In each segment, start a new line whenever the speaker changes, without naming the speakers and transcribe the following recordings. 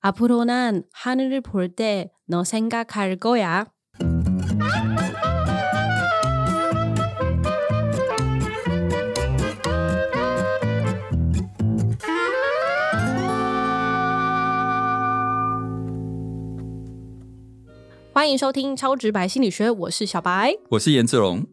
앞으로 난 하늘을 볼 때 너 생각할 거야.欢迎收听《超直白心理学》，我是小白。
我是颜志龙。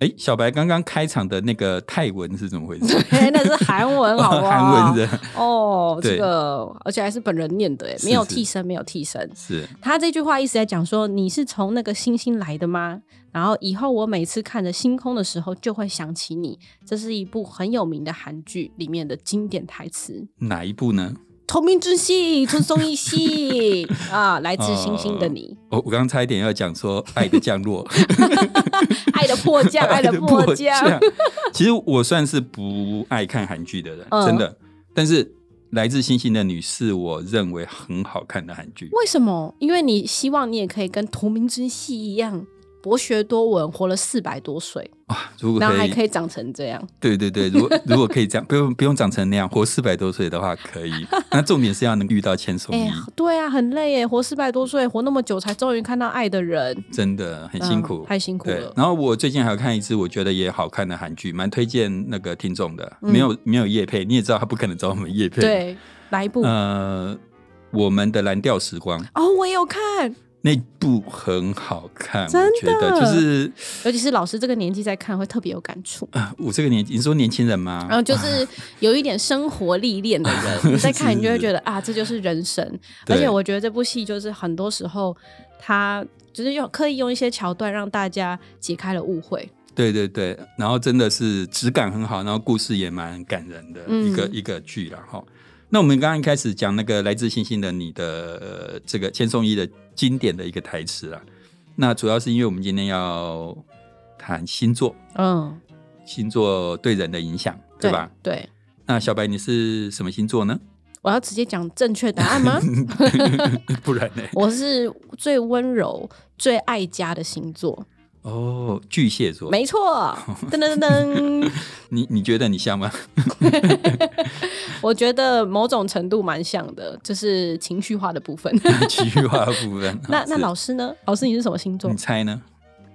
哎，小白刚刚开场的那个泰文是怎么回事？
那是韩文，好啊不好？
韩文的
哦，这
对
个而且还是本人念的耶，
是
没有
是
替身，没有替身。
是
他这句话一直在讲说你是从那个星星来的吗？然后以后我每次看着星空的时候就会想起你。这是一部很有名的韩剧里面的经典台词。
哪一部呢？
同名之 戏，春松一系啊，来自星星的你，
我哦我刚刚差一点要讲说《爱的降落》
爱的迫 降， 爱的 迫降，。
其实我算是不爱看韩剧的人，
嗯
真的。但是《来自星星的你》是我认为很好看的韩剧。
为什么？因为你希望你也可以跟同名之戏一样，博学多闻，活了四百多岁，
如果
然后
可
还
以，
可以长成这样。
对对对，如果如果可以这样，不用不用长成那样，活四百多岁的话可以。那重点是要能遇到千 颂
哎、
伊，
呀，对啊，很累耶，活四百多岁，活那么久才终于看到爱的人，
真的很辛苦
嗯。太辛苦
对
了，。
然后我最近还有看一支我觉得也好看的韩剧，蛮推荐那个听众的。没有没有叶配，你也知道他不可能找我们叶配。，
嗯对，来一部、
呃，我们的蓝调时光
哦，我也有看，
那部很好看，
真
我觉得
的
就是、
尤其是老师这个年纪在看，会特别有感触。
呃我这个年纪，你说年轻人吗？
然后就是有一点生活历练的 人，你在看你就会觉得啊，这就是人生。而
对
且我觉得这部戏就是很多时候，他就是用刻意用一些桥段让大家解开了误会。
对对对，然后真的是质感很好，然后故事也蛮感人的
嗯
一个、一个剧了哈。那我们刚刚一开始讲那个来自星星的你的、呃、这个千颂伊的经典的一个台词啊，那主要是因为我们今天要谈星座，
嗯，
星座对人的影响，对吧？？
对，
那小白你是什么星座呢？
我要直接讲正确答案吗？
不然呢？
我是最温柔、最爱家的星座，
哦，巨蟹座，
没 错。噔噔噔噔，
你你觉得你像吗？
我觉得某种程度蛮像的，就是情绪化的部 分。，
情绪化的部分
那那
是嗯
老师呢？老师你是什么星座
你？猜呢？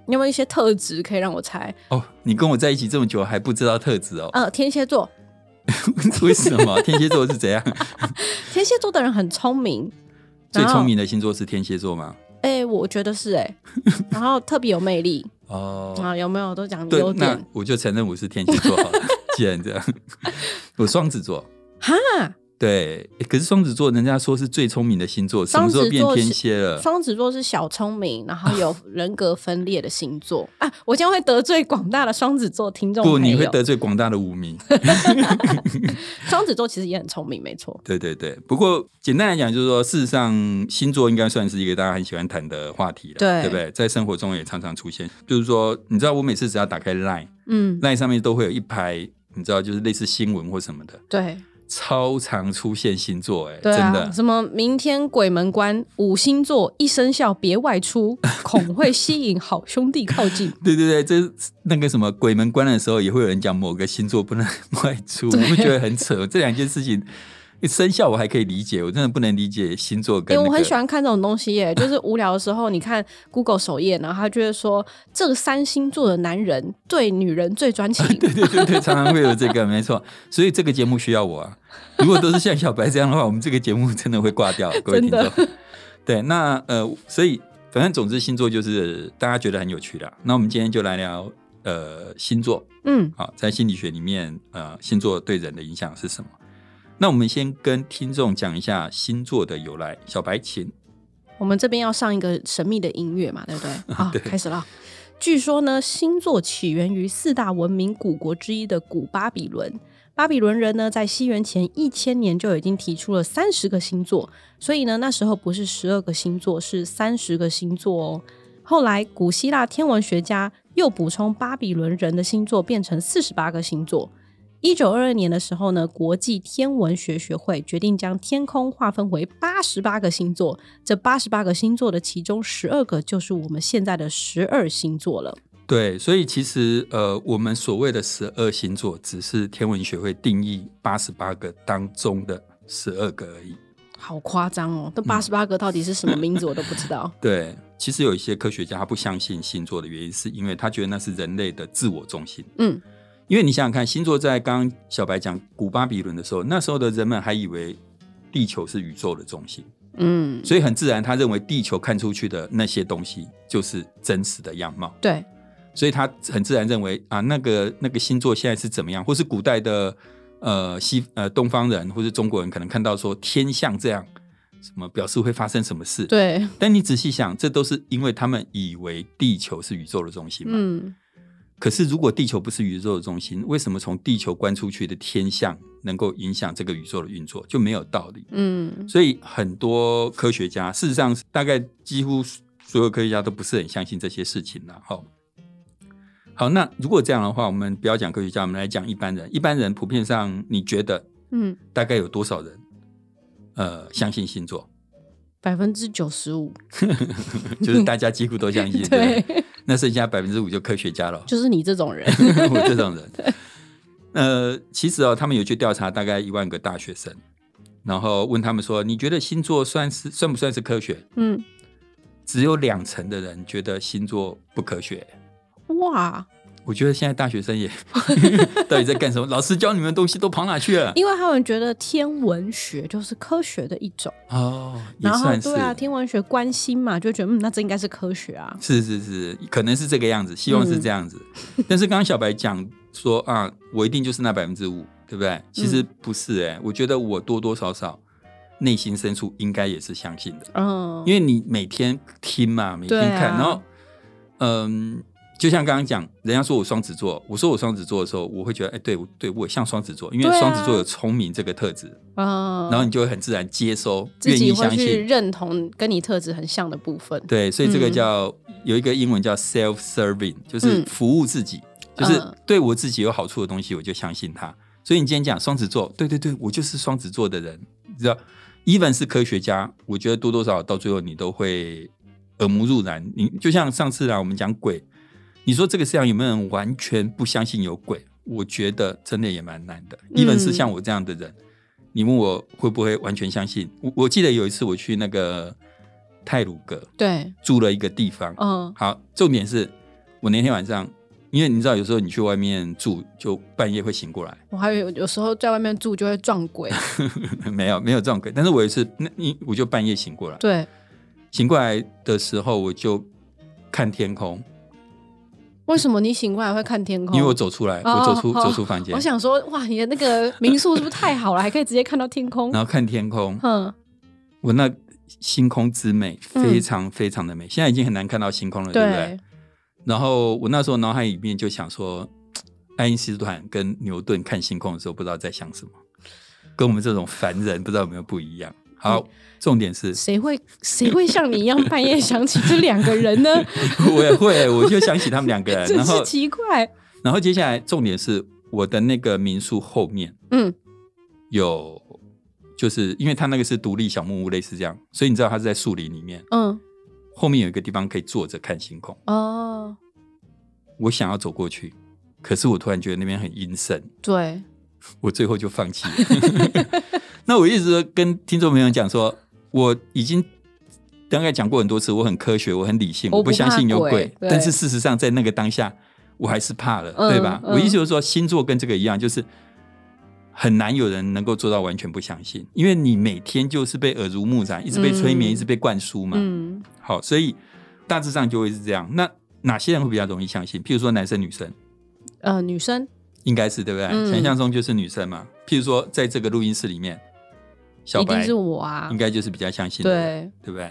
你有没有一些特质可以让我猜？
哦，你跟我在一起这么久还不知道特质哦？
呃，天蝎座，
为什么天蝎座是 怎样？
天蝎座的人很聪明，
最
然后
聪明的星座是天蝎座吗？
哎、我觉得是哎、 然后特别有魅力
哦，
啊，有没有都讲
对
优，
那
点？
我就承认我是天蝎座好了。 既然这样，我双子座。
哈，
对，诶可是双子座人家说是最聪明的星座，什么时候变
双子座是
天蝎了？
双子座是小聪明，然后 有人格分裂的星座啊，我将会得罪广大的双子座听众
不，
朋
你
友
会。得罪广大的无名。
双子座其实也很聪明，没错。
对对对，不过简单来讲，就是说，事实上星座应该算是一个大家很喜欢谈的话题了，
对
对不对？在生活中也常常出现，就是说，你知道我每次只要打开 Line，Line
嗯，
上面都会有一排，你知道，就是类似新闻或什么的，
对
超常出现星座、哎、
对
真
啊，
的。
什么明天鬼门关，五星座一生肖别外 出，恐会吸引好兄弟靠近。
对对对，这那个什么鬼门关的时候，也会有人讲某个星座不能 外出，
对
你不觉得很扯？这两件事情，生肖我还可以理解，我真的不能理解星座
因
跟、那
为
个
我很喜欢看这种东西耶， 就是无聊的时候，你看 Google 首页，然后他就会说这个三星座的男人对女人最专情。
对 对对对，常常会有这个，没错。所以这个节目需要我 啊。如果都是像小白这样的话，我们这个节目真的会挂掉，各位
真
听
的
众。 对，那呃，所以反正总之星座就是大家觉得很有趣啦。那我们今天就来聊呃星座
嗯，
啊，在心理学里面呃星座对人的影响是什么？那我们先跟听众讲一下星座的由来。小白，请
我们这边要上一个神秘的音乐嘛，对不对？好，
对
开始了。据说呢，星座起源于四大文明古国之一的古巴比伦。巴比伦人呢，在西元前一千年就已经提出了三十个星座，所以呢，那时候不是十二个星座，是三十个星座哦。后来，古希腊天文学家又补充巴比伦人的星座，变成四十八个星座。一九二二年的时候呢，国际天文学学会决定将天空划分为八十八个星座，这八十八个星座的其中十二个就是我们现在的十二星座了。
对，所以其实呃，我们所谓的十二星座，只是天文学会定义八十八个当中的十二个而已。
好夸张哦！
嗯
那八十八个到底是什么名字，我都不知 道。
对，其实有一些科学家他不相信星座的原因，是因为他觉得那是人类的自我中心。
嗯，
因为你想想看，星座在刚刚小白讲古巴比伦的时候，那时候的人们还以为地球是宇宙的中心，
嗯，
所以很自然，他认为地球看出去的那些东西就是真实的样貌，
对，
所以他很自然认为啊，那个那个星座现在是怎么样，或是古代的呃西呃东方人或是中国人可能看到说天象这样，什么表示会发生什么事，
对，
但你仔细想，这都是因为他们以为地球是宇宙的中心嘛。
嗯，
可是如果地球不是宇宙的中心，为什么从地球观出去的天象能够影响这个宇宙的运作，就没有道理。
嗯，
所以很多科学家，事实上大概几乎所有科学家都不是很相信这些事情了。好、好，那如果这样的话，我们不要讲科学家，我们来讲一般人。一般人普遍上，你觉得
嗯，
大概有多少人呃相信星座？
百分之九十五，
就是大家几乎都相信，对不 对
对，，
那剩下百分之五就科学家 了
就是你这种人，
我这种人。呃，其实哦，他们有去调查大概一万个大学生，然后问他们说：“你觉得星座算是算不算是科学
嗯，？”
只有两成的人觉得星座不科学。
嗯哇，
我觉得现在大 学生也到底在干什么？老师教你们的东西都跑哪去 了？
因为他们觉得天文学就是科学的一种，
哦，也
然后
算是
对啊，天文学关心嘛，就觉得嗯，那这应该是科学啊，
是是是，可能是这个样子，希望是这样子。
嗯
但是刚刚小白讲说啊，我一定就是那百分之五，对不
嗯
对？其实不是哎、我觉得我多多少少内心深处应该也是相信的，
嗯，
因为你每天听嘛，每天
对啊
看，然后嗯。就像刚刚讲，人家说我双子座，我说我双子座的时候，我会觉得，哎、对，我对我也像双子座，因
对
为
啊
双子座有聪明这个特质，
嗯，
然后你就会很自然接收，
自
愿
己
意
会
相
去
信。
认同跟你特质很像的部分，
对，所以这个
嗯
叫、有一个英文叫 self-serving，就是
嗯
服务自己，就是
嗯
对我自己有好处的东西，我就相信它。所以你今天讲双子座，对对对，我就是双子座的人，你知道，even 是科学家，我觉得多多少少到最后你都会耳目入然。你就像上次啊，我们讲鬼，你说这个世界上有没有人完全不相信有鬼？我觉得真的也蛮难的。even
嗯
是像我这样的人，你问我会不会完全相信？我我记得有一次我去那个泰鲁阁，
对，
住了一个地方。
嗯，
好，重点是我那天晚上，因为你知道有时候你去外面住，就半夜会醒过来，
我还有有时候在外面住就会撞鬼，
没有没有这种鬼，但是我有一次，那你我就半夜醒过来，
对，
醒过来的时候我就看天空，
为什么你醒过来会看天空？
因为我走出来，
哦
我走出
哦
走出房间
我，想说，哇，你的那个民宿是不是太好了，还可以直接看到天空？
然后看天空，
嗯，
我那星空之美
嗯
非常非常的美，现在已经很难看到星空了，对不对
对？，
然后我那时候脑海里面就想说，爱因斯坦跟牛顿看星空的时候，不知道在想什么，跟我们这种凡人不知道有没有不一样。好，重点是
谁会谁会像你一样半夜想起这两个人 呢？
我也会，我就想起他们两 个人，
真
然
是
后
奇怪。
然后接下来重点是我的那个民宿后面
嗯，
有，就是因为它那个是独立小木屋，类似这样，所以你知道它是在树林里面，
嗯，
后面有一个地方可以坐着看星空。
哦，
我想要走过去，可是我突然觉得那边很阴森，
对，
我最后就放弃了。 那我一直跟听众朋友讲说，我已经大概讲过很多次，我很科学，我很理性，
我
我
不
不相信有
怕鬼
鬼。
对
但是事实上，在那个当下，我还是怕了，
嗯
对吧？
嗯
我意思就是说，星座跟这个一样，就是很难有人能够做到完全不相信，因为你每天就是被耳濡目染，一直被催眠，
嗯
一直被灌输嘛。
嗯，
好，所以大致上就会是这样。那哪些人会比较容易相信？譬如说男生、女生。
呃，女生，
应该是对不对？
嗯
想象中就是女生嘛。譬如说，在这个录音室里面，小
一
白
定是我啊
应，该就是比较相信的人，
对，
对不对？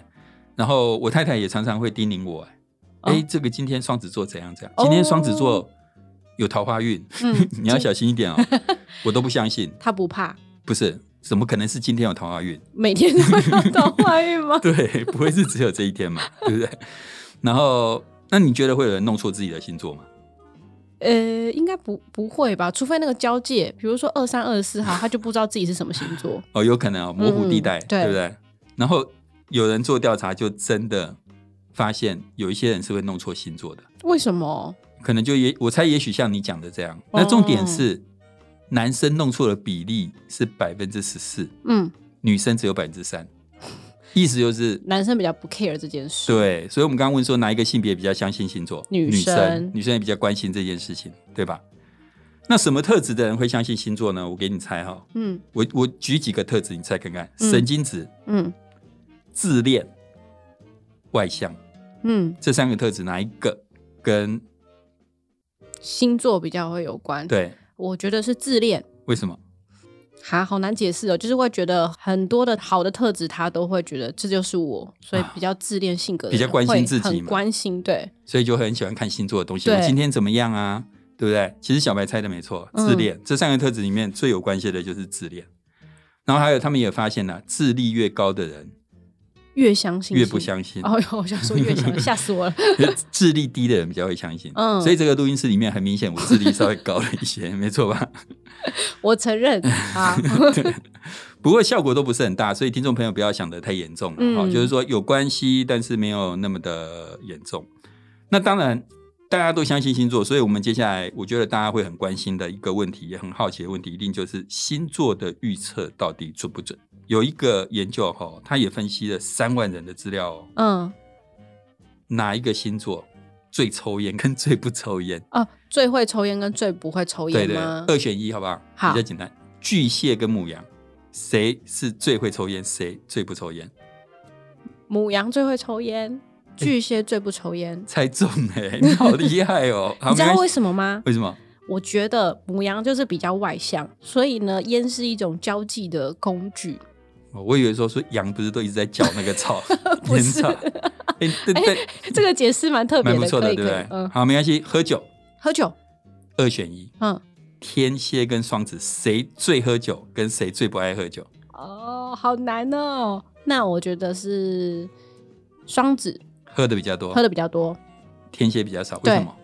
然后我太太也常常会叮咛我，哎、
哦
诶这个今天双子座怎样怎样，
哦
今天双子座有桃花运，
嗯
你要小心一点哦。 我都不相信，
她不怕，
不是，怎么可能是今天有桃 花运？？
每天都会 到怀孕吗
对，不会是只有这一天嘛，对不对？然后，那你觉得会有人弄错自己的星座吗？
呃，应该不不会吧，除非那个交界，比如说二三二四号，他就不知道自己是什么星座。
哦，有可能哦，模糊地带，
嗯对
对不对？然后有人做调查，就真的发现有一些人是会弄错星座的，
为什么？
可能就也我猜，也许像你讲的这样。
哦
那重点是，男生弄错的比例是百分之十四，
嗯，
女生只有百分之三，意思就是
男生比较不 care 这件事。，
对，所以我们刚刚问说哪一个性别比较相信星座？
女
生，
生
女生也比较关心这件事情，对吧？那什么特质的人会相信星座呢？我给你猜哈、
嗯
我我举几个特质，你猜看看：
嗯
神经质、
嗯
自恋、外向
嗯，
这三个特质，哪一个跟
星座比较会有关。，
对？
我觉得是自恋。
为什么？
哈，好难解释哦，就是会觉得很多的好的特质，他都会觉得这就是我，所以比较自恋性格的
啊比较
人
关心
会
自己
很
嘛
关心对，
所以就很喜欢看星座的东西。
对
我今天怎么样啊？对不对？其实小白猜的没错，
嗯
自恋、这三个特质里面最有关系的就是自恋。然后还有他们也发现了，智力越高的人
越相信
越不
信。
相信，
哦哟，我想说越 相信，吓死我了。
智力低的人比较会相信。
嗯
所以这个录音室里面很明显，我智力稍微高了 一些，没错吧？
我承认啊，
不过效果都不是很大，所以听众朋友不要想得太严重了
嗯
哈、就是说有关系，但是没有那么的严重。那当然，大家都相信星座，所以我们接下来我觉得大家会很关心的一个问题，也很好奇的问题，一定就是星座的预测到底准不准？有一个研究哈、他也分析了三万人的资料、哦，
嗯
哪一个星座最抽烟跟最不抽烟？
哦，最会抽烟跟最不会抽
对
烟
对，
吗？
二选一，好不好？
好
比较简单。巨蟹跟母羊，谁是最会抽烟，谁最不抽烟？
母羊最会抽烟，巨蟹最不抽烟。
猜中哎、你好厉害 哦！好
你知道
没关
为
系
什么吗？
为什么？
我觉得母羊就是比较外向，所以呢，烟是一种交际的工 具。
哦我以为说说羊不是都一直在嚼那个草
不
烟
是
草？哎、对对，
这个解释蛮特别
蛮
的，
不错的，
可以
对不
可以
对？
嗯，
好，没关系。喝酒
喝酒，
二选一，
嗯，
天蝎跟双子谁最喝酒，跟谁最不爱喝酒？
哦，好难哦。那我觉得是双子
喝的比较多，
喝的比较多，
天蝎比较少，为
对
什么？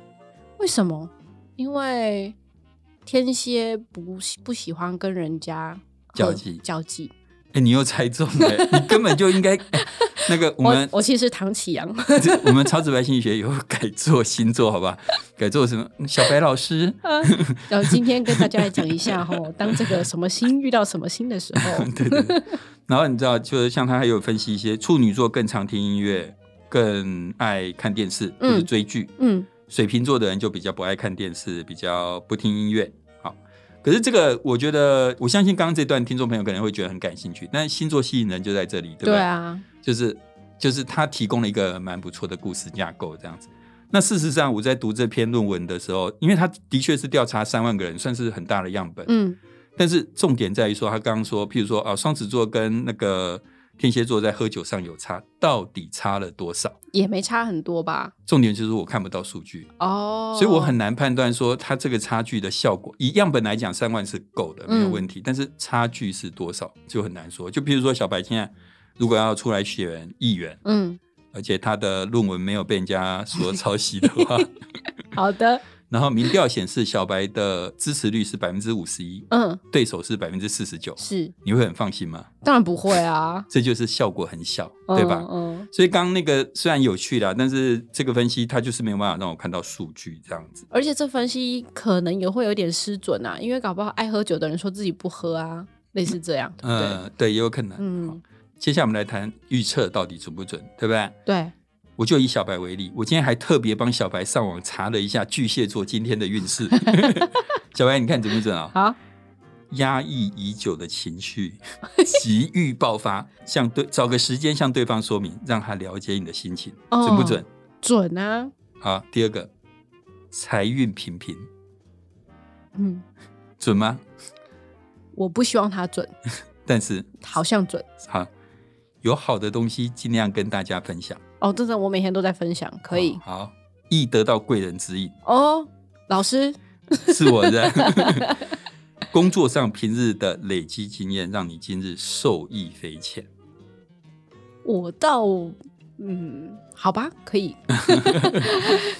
为什么？因为天蝎不喜不喜欢跟人家喝
交际
交际。
哎、你又猜中了、 你根本就应该、哎那个我
我
们
我其实是唐启阳，
这我们超直白心理学以后改做星座，好吧？改做什么？小白老师，
然后今天跟大家来讲一下哦， 当这个什么星遇到什么星的时
，
候
对对对。然后你知道，就是像他还有分析一些处女座更常听音乐，更爱看电视或
嗯
者追剧；
嗯
水瓶座的人就比较不爱看电视，比较不听音乐。好，可是这个我觉得，我相信刚刚这段听众朋友可能会觉得很感兴趣，但星座吸引人就在这里，对不
对啊，
就是就是他提供了一个蛮不错的故事架构这样子。那事实上，我在读这篇论文的时候，因为他的确是调查三万个人，算是很大的样本。
嗯
但是重点在于说，他刚刚说，譬如说啊，双子座跟那个天蝎座在喝酒上有差，到底差了多少？
也没差很多吧？
重点就是我看不到数据，
哦，
所以我很难判断说它这个差距的效果。以样本来讲，三万是够的，没有问题。
嗯
但是差距是多少就很难说。就譬如说，小白现在如果要出来选议员，
嗯
而且他的论文没有被人家所抄袭的 话，
好的，
然后民调显示小白的支持率是百分之五十一，
嗯
对手是百分之四十九，
是，
你会很放心吗？
当然不会啊，
这就是效果很小， 对吧？
嗯
所以刚刚那个虽然有趣啦，但是这个分析它就是没有办法让我看到数据这样子。
而且这分析可能也会有点失准啊，因为搞不好爱喝酒的人说自己不喝啊，类似这样，对不对？
呃，对，也有可能。
嗯，
接下来我们来谈预测到底准不准，对不对？
对，
我就以小白为例，我今天还特别帮小白上网查了一下巨蟹座今天的 运势。小白，你看准不准啊？
好，
压抑已久的情绪急欲爆发，向对找个时间向对方说明，让他了解你的心情，
哦
准不准？
准啊，
好，第二个，财运平平，
嗯，
准吗？
我不希望他准，
但是
好像准
好，有好的东西尽量跟大家分享，
哦，真的，我每天都在分享，可以
哦好，易得到贵人指引，
哦，老师，
是 我的。工作上平日的累积经验，让你今日受益匪浅。
我到。嗯，好吧，可 以，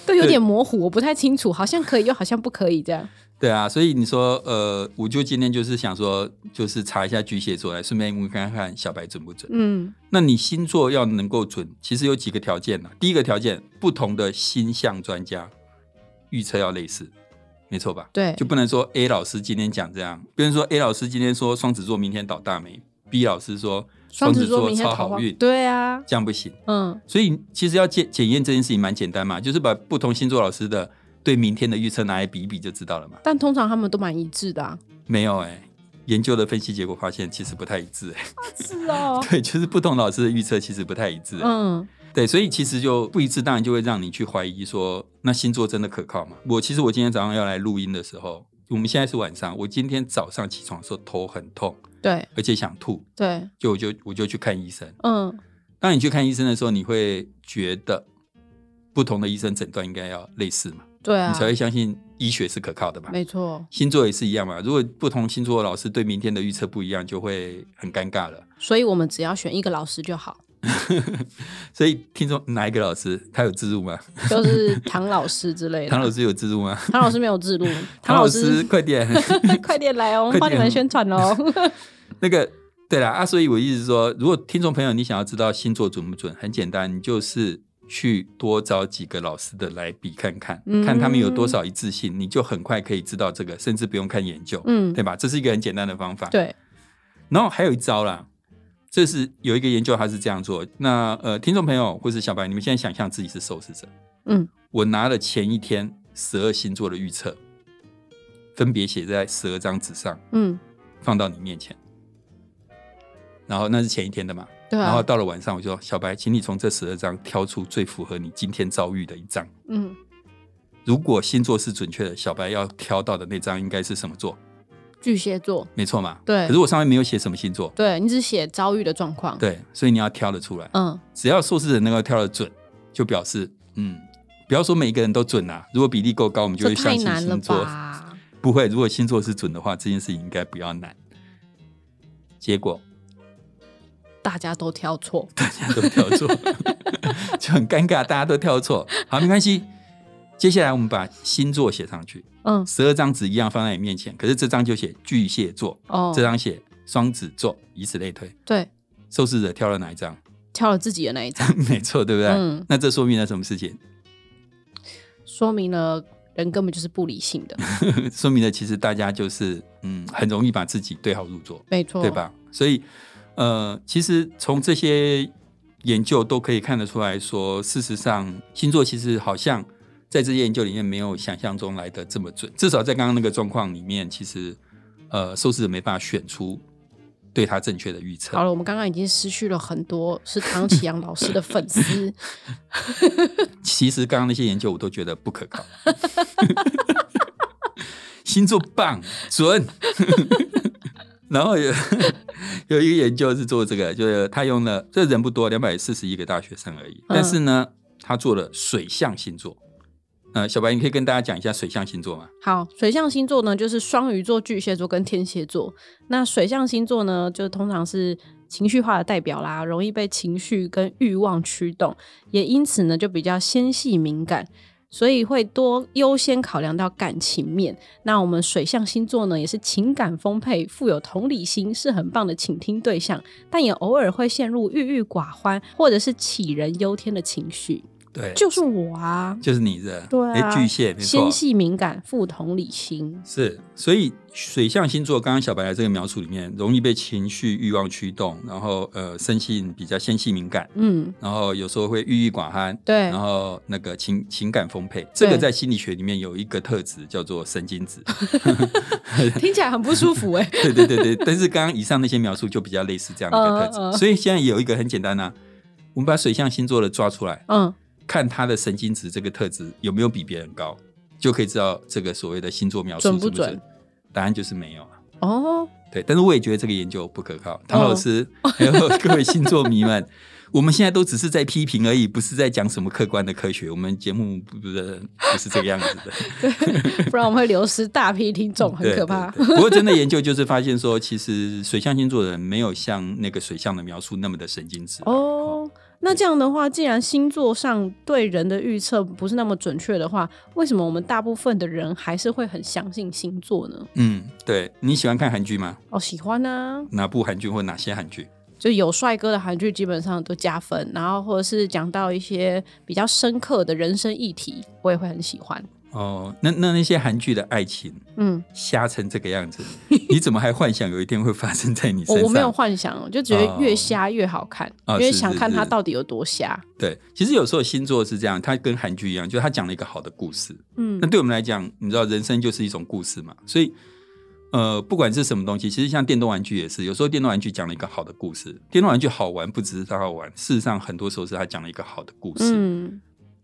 都有点模糊，我不太清楚，好像可以，又好像不可以，这样。
对啊，所以你说，呃，我就今天就是想说，就是查一下巨蟹座，来顺便问看看小白准不准。
嗯
那你星座要能够准，其实有几个条件呢、啊第一个条件，不同的星象专家预测要类似，没错吧，？
对，
就不能说 A 老师今天讲这样，别人说 A 老师今天说双子座明天倒大霉， B 老师说
双
子
子座明天
超
桃花
好运，
对啊，
这样不行。
嗯
所以其实要检检验这件事情蛮简单嘛，就是把不同星座老师的对明天的预测拿来比一比就知道了嘛。
但通常他们都蛮一致的、啊。
没有哎、研究的分析结果发现其实不太一致、哎
是哦，
对，就是不同老师的预测其实不太一致、哎
嗯，
对，所以其实就不一致，当然就会让你去怀疑说，那星座真的可靠吗？我其实我今天早上要来录音的时候，我们现在是晚上，我今天早上起床的时候头很痛，
对
而且想吐，
对，
就我就我就去看医生。
嗯
当你去看医生的时候，你会觉得不同的医生诊断应该要类似嘛，
对啊
你，才会相信医学是可靠的吧？
没错，
星座也是一样嘛，如果不同星座的老师对明天的预测不一样，就会很尴尬了。
所以我们只要选一个老师就好，
所以听众哪一个老师他有自入吗？
就是唐老师之类的。
唐老师有自入吗？
唐老师没有自录，
唐老
老
师，快点！
快点来哦，我们帮你们宣传哦。
那个对啦啊，所以我一直说，如果听众朋友你想要知道星座准不准，很简单，你就是去多找几个老师的来比看看，
嗯
看他们有多少一致性，你就很快可以知道这个，甚至不用看研究，
嗯，
对吧？这是一个很简单的方法。，
对，
然后还有一招啦。这是有一个研究，它是这样做。那呃，听众朋友或是小白，你们现在想象自己是受试者，
嗯，
我拿了前一天十二星座的预测，分别写在十二张纸上，
嗯，
放到你面前，然后那是前一天的嘛，
对
然后
啊，
到了晚上，我就说小白，请你从这十二张挑出最符合你今天遭遇的一张。
嗯，
如果星座是准确的，小白要挑到的那张应该是什么座？
巨蟹座，
没错嘛？
对
可是我上面没有写什么星座，
对你只写遭遇的状况，，
对，所以你要挑得出来。
嗯，
只要受试者能够挑得准，就表示嗯，不要说每一个人都准啊。如果比例够高，我们
这
就会相
太
信
难了
星座。
吧？
不会，如果星座是准的话，这件事情应该不要难。结果
大家都挑错，
大 家都跳错，就很尴尬，大家都跳错。好，没关系。接下来我们把星座写上去，
嗯，
十二张纸一样放在你面前，可是这张就写巨蟹座，
哦
这，张写双子座，以此类推。
对，
受试者挑了哪一张？
挑了自己的那一张，
没错， 对不对？
嗯
那这说明了什么事情？
说明了人根本就是不理性 的，
说明了其实大家就是嗯，很容易把自己对号入座。
没错，
对？吧？所以，呃，其实从这些研究都可以看得出来说，事实上星座其实好像在这些研究里面没有想象中来的这么准，至少在刚刚那个状况里面，其实呃，受试者没办法选出对他正确的预测
好。了，我们刚刚已经失去了很多是唐启阳老师的粉丝，
其实刚刚那些研究我都觉得不可靠。 星座棒准， 然后有 有一个研究是做这个，就是他用了这人不多，两百四十一个大学生而
嗯
已，但是呢，他做了水象星座。呃，小白，你可以跟大家讲一下水象星座吗？
好，水象星座呢，就是双鱼座、巨蟹座跟天蝎座。那水象星座呢，就通常是情绪化的代表啦，容易被情绪跟欲望驱动，也因此呢，就比较纤细敏感。所以会多优先考量到感情面。那我们水象星座呢，也是情感丰沛，富有同理心，是很棒的倾听对象，但也偶尔会陷入郁郁寡欢或者是杞人忧天的情绪。
对，
就是我啊，
就是你的，
对啊
诶巨蟹，没错
纤，细敏感，富同理心。
是，所以水象星座，刚刚小白的这个描述里面，容易被情绪欲望驱动，然后呃，生性比较纤细敏感，
嗯，
然后有时候会郁郁寡欢，
对
然，后那个情情感丰沛，这
对
个在心理学里面有一个特质叫做神经质。
听起来很不舒服哎、
对对对 对，但是刚刚以上那些描述就比较类似这样的一个特
嗯
质，
嗯嗯
所以现在有一个很简单啊，我们把水象星座的抓出来，
嗯，
看他的神经质这个特质有没有比别人高，就可以知道这个所谓的星座描述
准不
不准。
准
答案就是没有啊。
哦，
对，但是我也觉得这个研究不可靠。唐老师， 还有各位星座迷们，我们现在都只是在批评而已，不是在讲什么客观的科学。我们节目不不是不是这个样子 的，
不然我们会流失大批听众，很
对
可怕。
对对不过真的研究就是发现说，其实水象星座的人没有像那个水象的描述那么的神经质。
哦，那这样的话，既然星座上对人的预测不是那么准确的话，为什么我们大部分的人还是会很相信星座呢？
嗯，对，你喜欢看韩剧吗？
哦，喜欢啊，
哪部韩剧或哪些韩剧？
就有帅哥的韩剧基本上都加分，然后或者是讲到一些比较深刻的人生议题，我也会很喜欢。
哦，那那那些韩剧的爱情
嗯，
瞎成这个样子，你怎么还幻想有一天会发生在你身
我
上？
我没有幻想，我就觉得越瞎越好看，
哦
因为
是
想
是
看它
是
到底有多瞎。
对，其实有时候星座是这样，它跟韩剧一样，就是它讲了一个好的故事。
嗯
那对我们来讲，你知道人生就是一种故事嘛，所以呃，不管是什么东西，其实像电动玩具也是，有时候电动玩具讲了一个好的故事，电动玩具好玩不只是它好玩，事实上很多时候是它讲了一个好的故事。
嗯，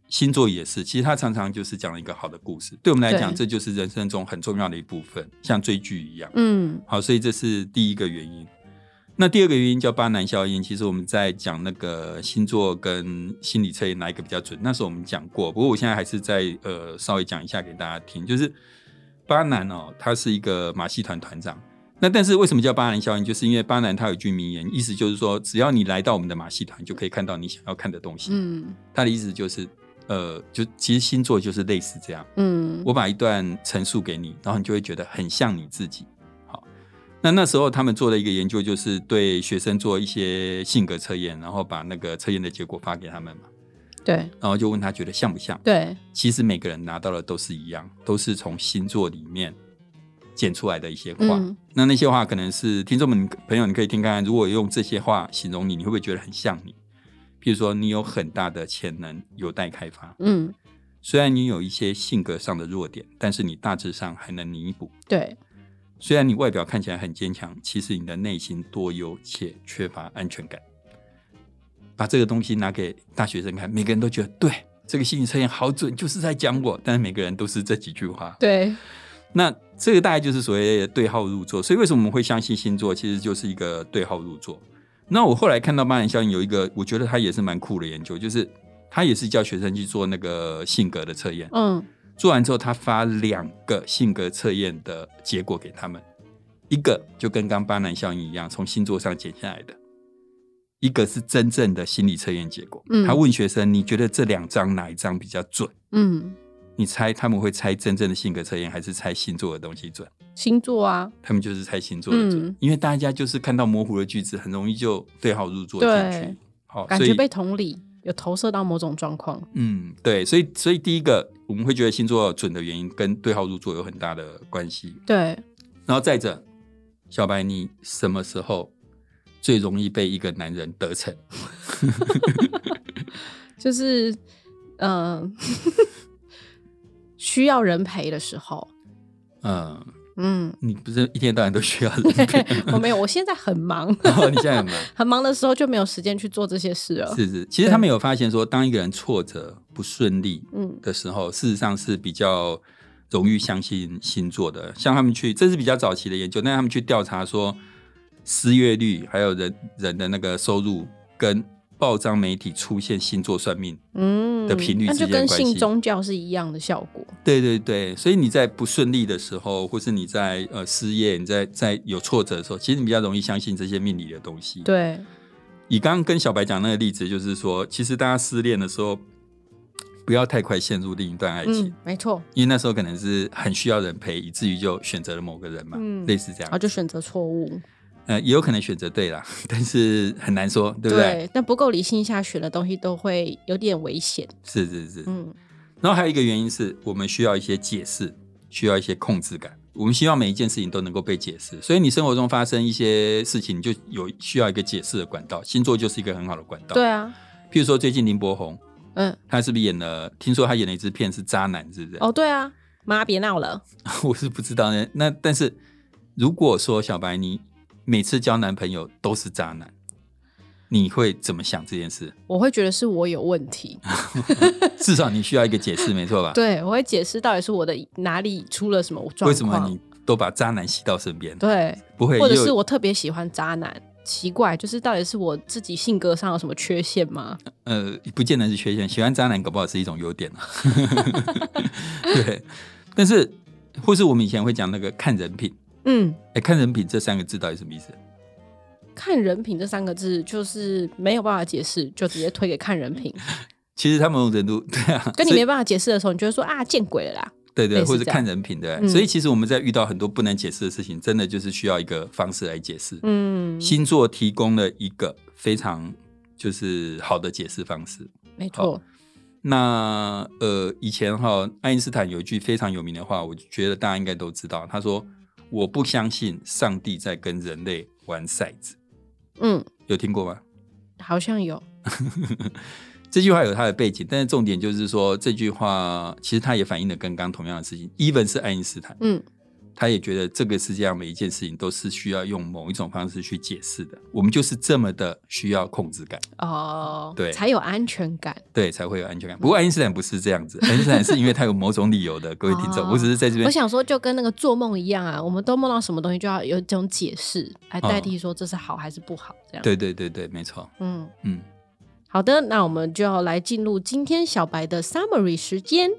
星座也是，其实它常常就是讲了一个好的故事，对我们来讲，
对
这就是人生中很重要的一部分，像追剧一样。
嗯
好，所以这是第一个原因。那第二个原因叫巴南效应。其实我们在讲那个星座跟心理测验哪一个比较准，那时候我们讲过。不过我现在还是再呃稍微讲一下给大家听，就是巴南哦，他是一个马戏团团长。那但是为什么叫巴南效应？就是因为巴南他有一句名言，意思就是说，只要你来到我们的马戏团，就可以看到你想要看的东西。
嗯
他的意思就是，呃，就其实星座就是类似这样。
嗯，
我把一段陈述给你，然后你就会觉得很像你自己。好，那那时候他们做了一个研究，就是对学生做一些性格测验，然后把那个测验的结果发给他们嘛，
对
然后就问他觉得像不像。
对，
其实每个人拿到的都是一样，都是从星座里面剪出来的一些话。
嗯
那那些话可能是听众们朋友，你可以听看看，如果用这些话形容你，你会不会觉得很像你？譬如说，你有很大的潜能，有待开发。
嗯
虽然你有一些性格上的弱点，但是你大致上还能弥补。
对，
虽然你外表看起来很坚强，其实你的内心多忧且缺乏安全感。把这个东西拿给大学生看，每个人都觉得对这个心理测验好准，就是在讲我。但是每个人都是这几句话。
对，
那这个大概就是所谓的对号入座。所以为什么我们会相信星座，其实就是一个对号入座。那我后来看到巴兰效应有一个，我觉得它也是蛮酷的研究，就是他也是叫学生去做那个性格的测验。
嗯
做完之后，他发两个性格测验的结果给他们，一个就跟刚巴南效应一样，从星座上剪下来的，一个是真正的心理测验结果。
嗯
他问学生，你觉得这两张哪一张比较准？
嗯，
你猜他们会猜真正的性格测验，还是猜星座的东西准？
星座啊，
他们就是猜星座的准，
嗯
因为大家就是看到模糊的句子，很容易就对号入座进
对
去。好，
感
所
觉
以
被同理，有投射到某种状况。
嗯，对，所以所以第一个我们会觉得星座准的原因跟对号入座有很大的关系。
对，
然后再者，小白，你什么时候最容易被一个男人得逞？
就是呃， 需要人陪的时候，
嗯，
嗯，
你不是一天到晚都需要人陪
我没有，我现在很忙，
然后你现在很忙。
很忙的时候就没有时间去做这些事了。
是是，其实他们有发现说，当一个人挫折不顺利
嗯
的时候，事实上是比较容易相信星座的。像他们去，这是比较早期的研究，但他们去调查说，失业率还有人人的那个收入跟报章媒体出现星座算命
嗯
的频率
那
之
就
间的
跟
关
信
系
宗教是一样的效果。
对对对，所以你在不顺利的时候，或是你在呃失业，你在在有挫折的时候，其实你比较容易相信这些命理的东西。，
对，
以刚刚跟小白讲那个例子，就是说，其实大家失恋的时候，不要太快陷入另一段爱情，
嗯，没错，
因为那时候可能是很需要人陪，以至于就选择了某个人嘛，
嗯
类似这
然后
样。
就选择错误。
呃，也有可能选择对啦， 但是很难说，对不对？
但不够理性下选的东西都会有点危险。
是是是。
嗯
然后还有一个原因是我们需要一些解释，需要一些控制感。我们希望每一件事情都能够被解释，所以你生活中发生一些事情，你就有需要一个解释的管道。星座就是一个很好的管道。
对，啊，
譬如说最近林柏宏，
嗯，
他是不是演了？听说他演了一支片是渣男，是不是？
哦，对啊，妈别闹了。
我是不知道呢。那但是如果说小白你每次交男朋友都是渣男，你会怎么想这 件事？
我会觉得是我有问题，
啊至少你需要一个解释，没错吧？
对我会解释到底是我的哪里出了什么状况，
为什么你都把渣男吸到身边？
对，
不会，
或者
也有
是我特别喜欢渣男，奇怪，就是到底是我自己性格上有什么缺陷吗？
呃，不见得是缺陷，喜欢渣男搞不好是一种优点啊。 对，但是或是我们以前会讲那个看人品，
嗯，
哎，看人品这三个字到底什么意思？
看人品这三个字就是没有办法解释，就直接推给看人 品。
其实他某种程度， 对啊，
跟你
所以
没办法解释的时候，你就会说啊，见鬼了啦。
对
类
对，
似
或者
这样
看人品对、啊
嗯
所以其实我们在遇到很多不能解释的事情，真的就是需要一个方式来解释。
嗯，
星座提供了一个非常就是好的解释方式。
没错，
那呃，以前哈，爱因斯坦有一句非常有名的话，我觉得大家应该都知道。他说：“我不相信上帝在跟人类玩骰子。
嗯，”
有听过吗？
好像有，
这句话有它的背景，但是重点就是说，这句话其实它也反映了跟刚刚同样的事情。even 是爱因斯坦，
嗯
他也觉得这个世界上每一件事情都是需要用某一种方式去解释的。我们就是这么的需要控制感，
哦，
对
才有安全感。
对，才会有安全感。不过爱因斯坦不是这样子，爱因斯坦是因为他有某种理由的。各位听众，
哦
我只是在这边
我想说，就跟那个做梦一样啊，我们都梦到什么东西，就要有一种解释来代替说这是好还是不好，这样。，
嗯对对对对，没错，
嗯，
嗯，
好的，那我们就要来进入今天小白的 summary 时间。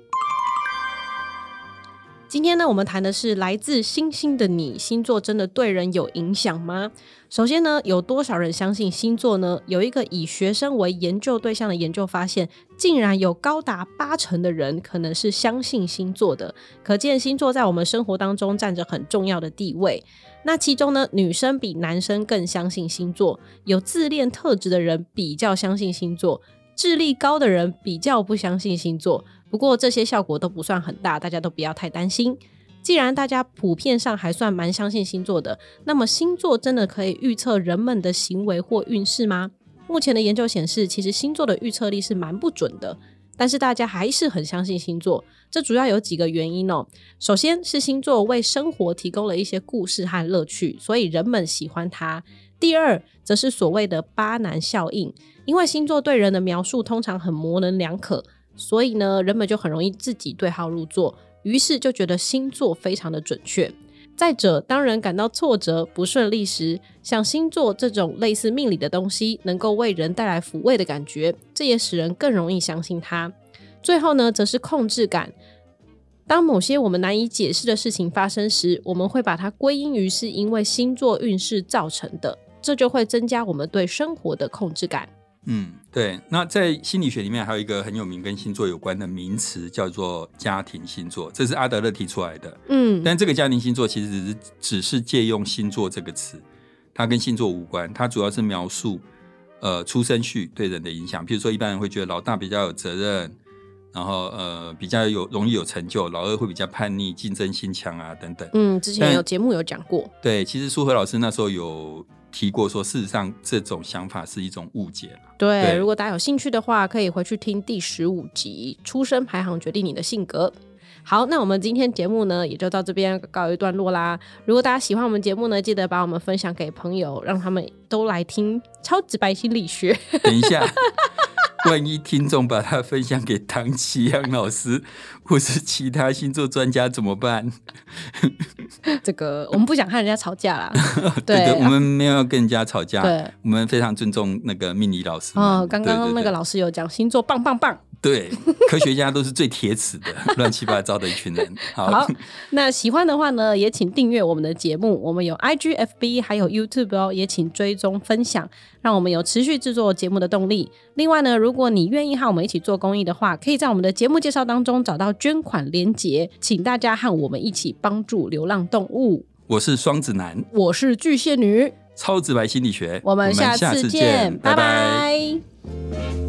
今天呢，我们谈的是来自星星的你，星座真的对人有影响吗？首先呢，有多少人相信星座呢？有一个以学生为研究对象的研究发现，竟然有高达八成的人可能是相信星座的，可见星座在我们生活当中占着很重要的地位。那其中呢，女生比男生更相信星座，有自恋特质的人比较相信星座，智力高的人比较不相信星座。不过这些效果都不算很大，大家都不要太担心。既然大家普遍上还算蛮相信星座的，那么星座真的可以预测人们的行为或运势吗？目前的研究显示，其实星座的预测力是蛮不准的，但是大家还是很相信星座。这主要有几个原因哦、首先是星座为生活提供了一些故事和乐趣，所以人们喜欢它。第二，则是所谓的巴南效应，因为星座对人的描述通常很模棱两可，所以呢，人们就很容易自己对号入座，于是就觉得星座非常的准确。再者，当人感到挫折、不顺利时，像星座这种类似命理的东西，能够为人带来抚慰的感觉，这也使人更容易相信它。最后呢，则是控制感，当某些我们难以解释的事情发生时，我们会把它归因于是因为星座运势造成的，这就会增加我们对生活的控制感。
嗯，对。那在心理学里面还有一个很有名跟星座有关的名词，叫做家庭星座，这是阿德勒提出来的。
嗯
但这个家庭星座其实只是只是借用星座这个词，它跟星座无关，它主要是描述呃出生序对人的影响。比如说，一般人会觉得老大比较有责任，然后呃比较有容易有成就，老二会比较叛逆、竞争心强啊等等。
嗯，之前有
但
节目有讲过，
对，其实苏和老师那时候有提过说，事实上这种想法是一种误解啦。
对，
对
如果大家有兴趣的话，可以回去听第十五集《出生排行决定你的性格》。好，那我们今天节目呢，也就到这边告一段落啦。如果大家喜欢我们节目呢，记得把我们分享给朋友，让他们都来听《超直白心理学》。
等一下， 万一听众把它分享给唐奇阳老师或是其他星座专家怎么办？
这个我们不想和人家吵架 啦，
对
对啊
我们没有要跟人家吵架，
对。
我们非常尊重那个命理老师们。
哦，刚刚那个
老
老师有讲星座棒棒棒。
对科学家都是最铁齿的，乱七八糟的一群人。好，
好，那喜欢的话呢，也请订阅我们的节目，我们有 IG、FB 还有 YouTube 哦，也请追踪分享，让我们有持续制作节目的动力。另外呢，如果你愿意和我们一起做公益的话，可以在我们的节目介绍当中找到捐款连结，请大家和我们一起帮助流浪动物。
我是双子男，
我是巨蟹女，
超直白心理学，
我们下次见，
拜
拜拜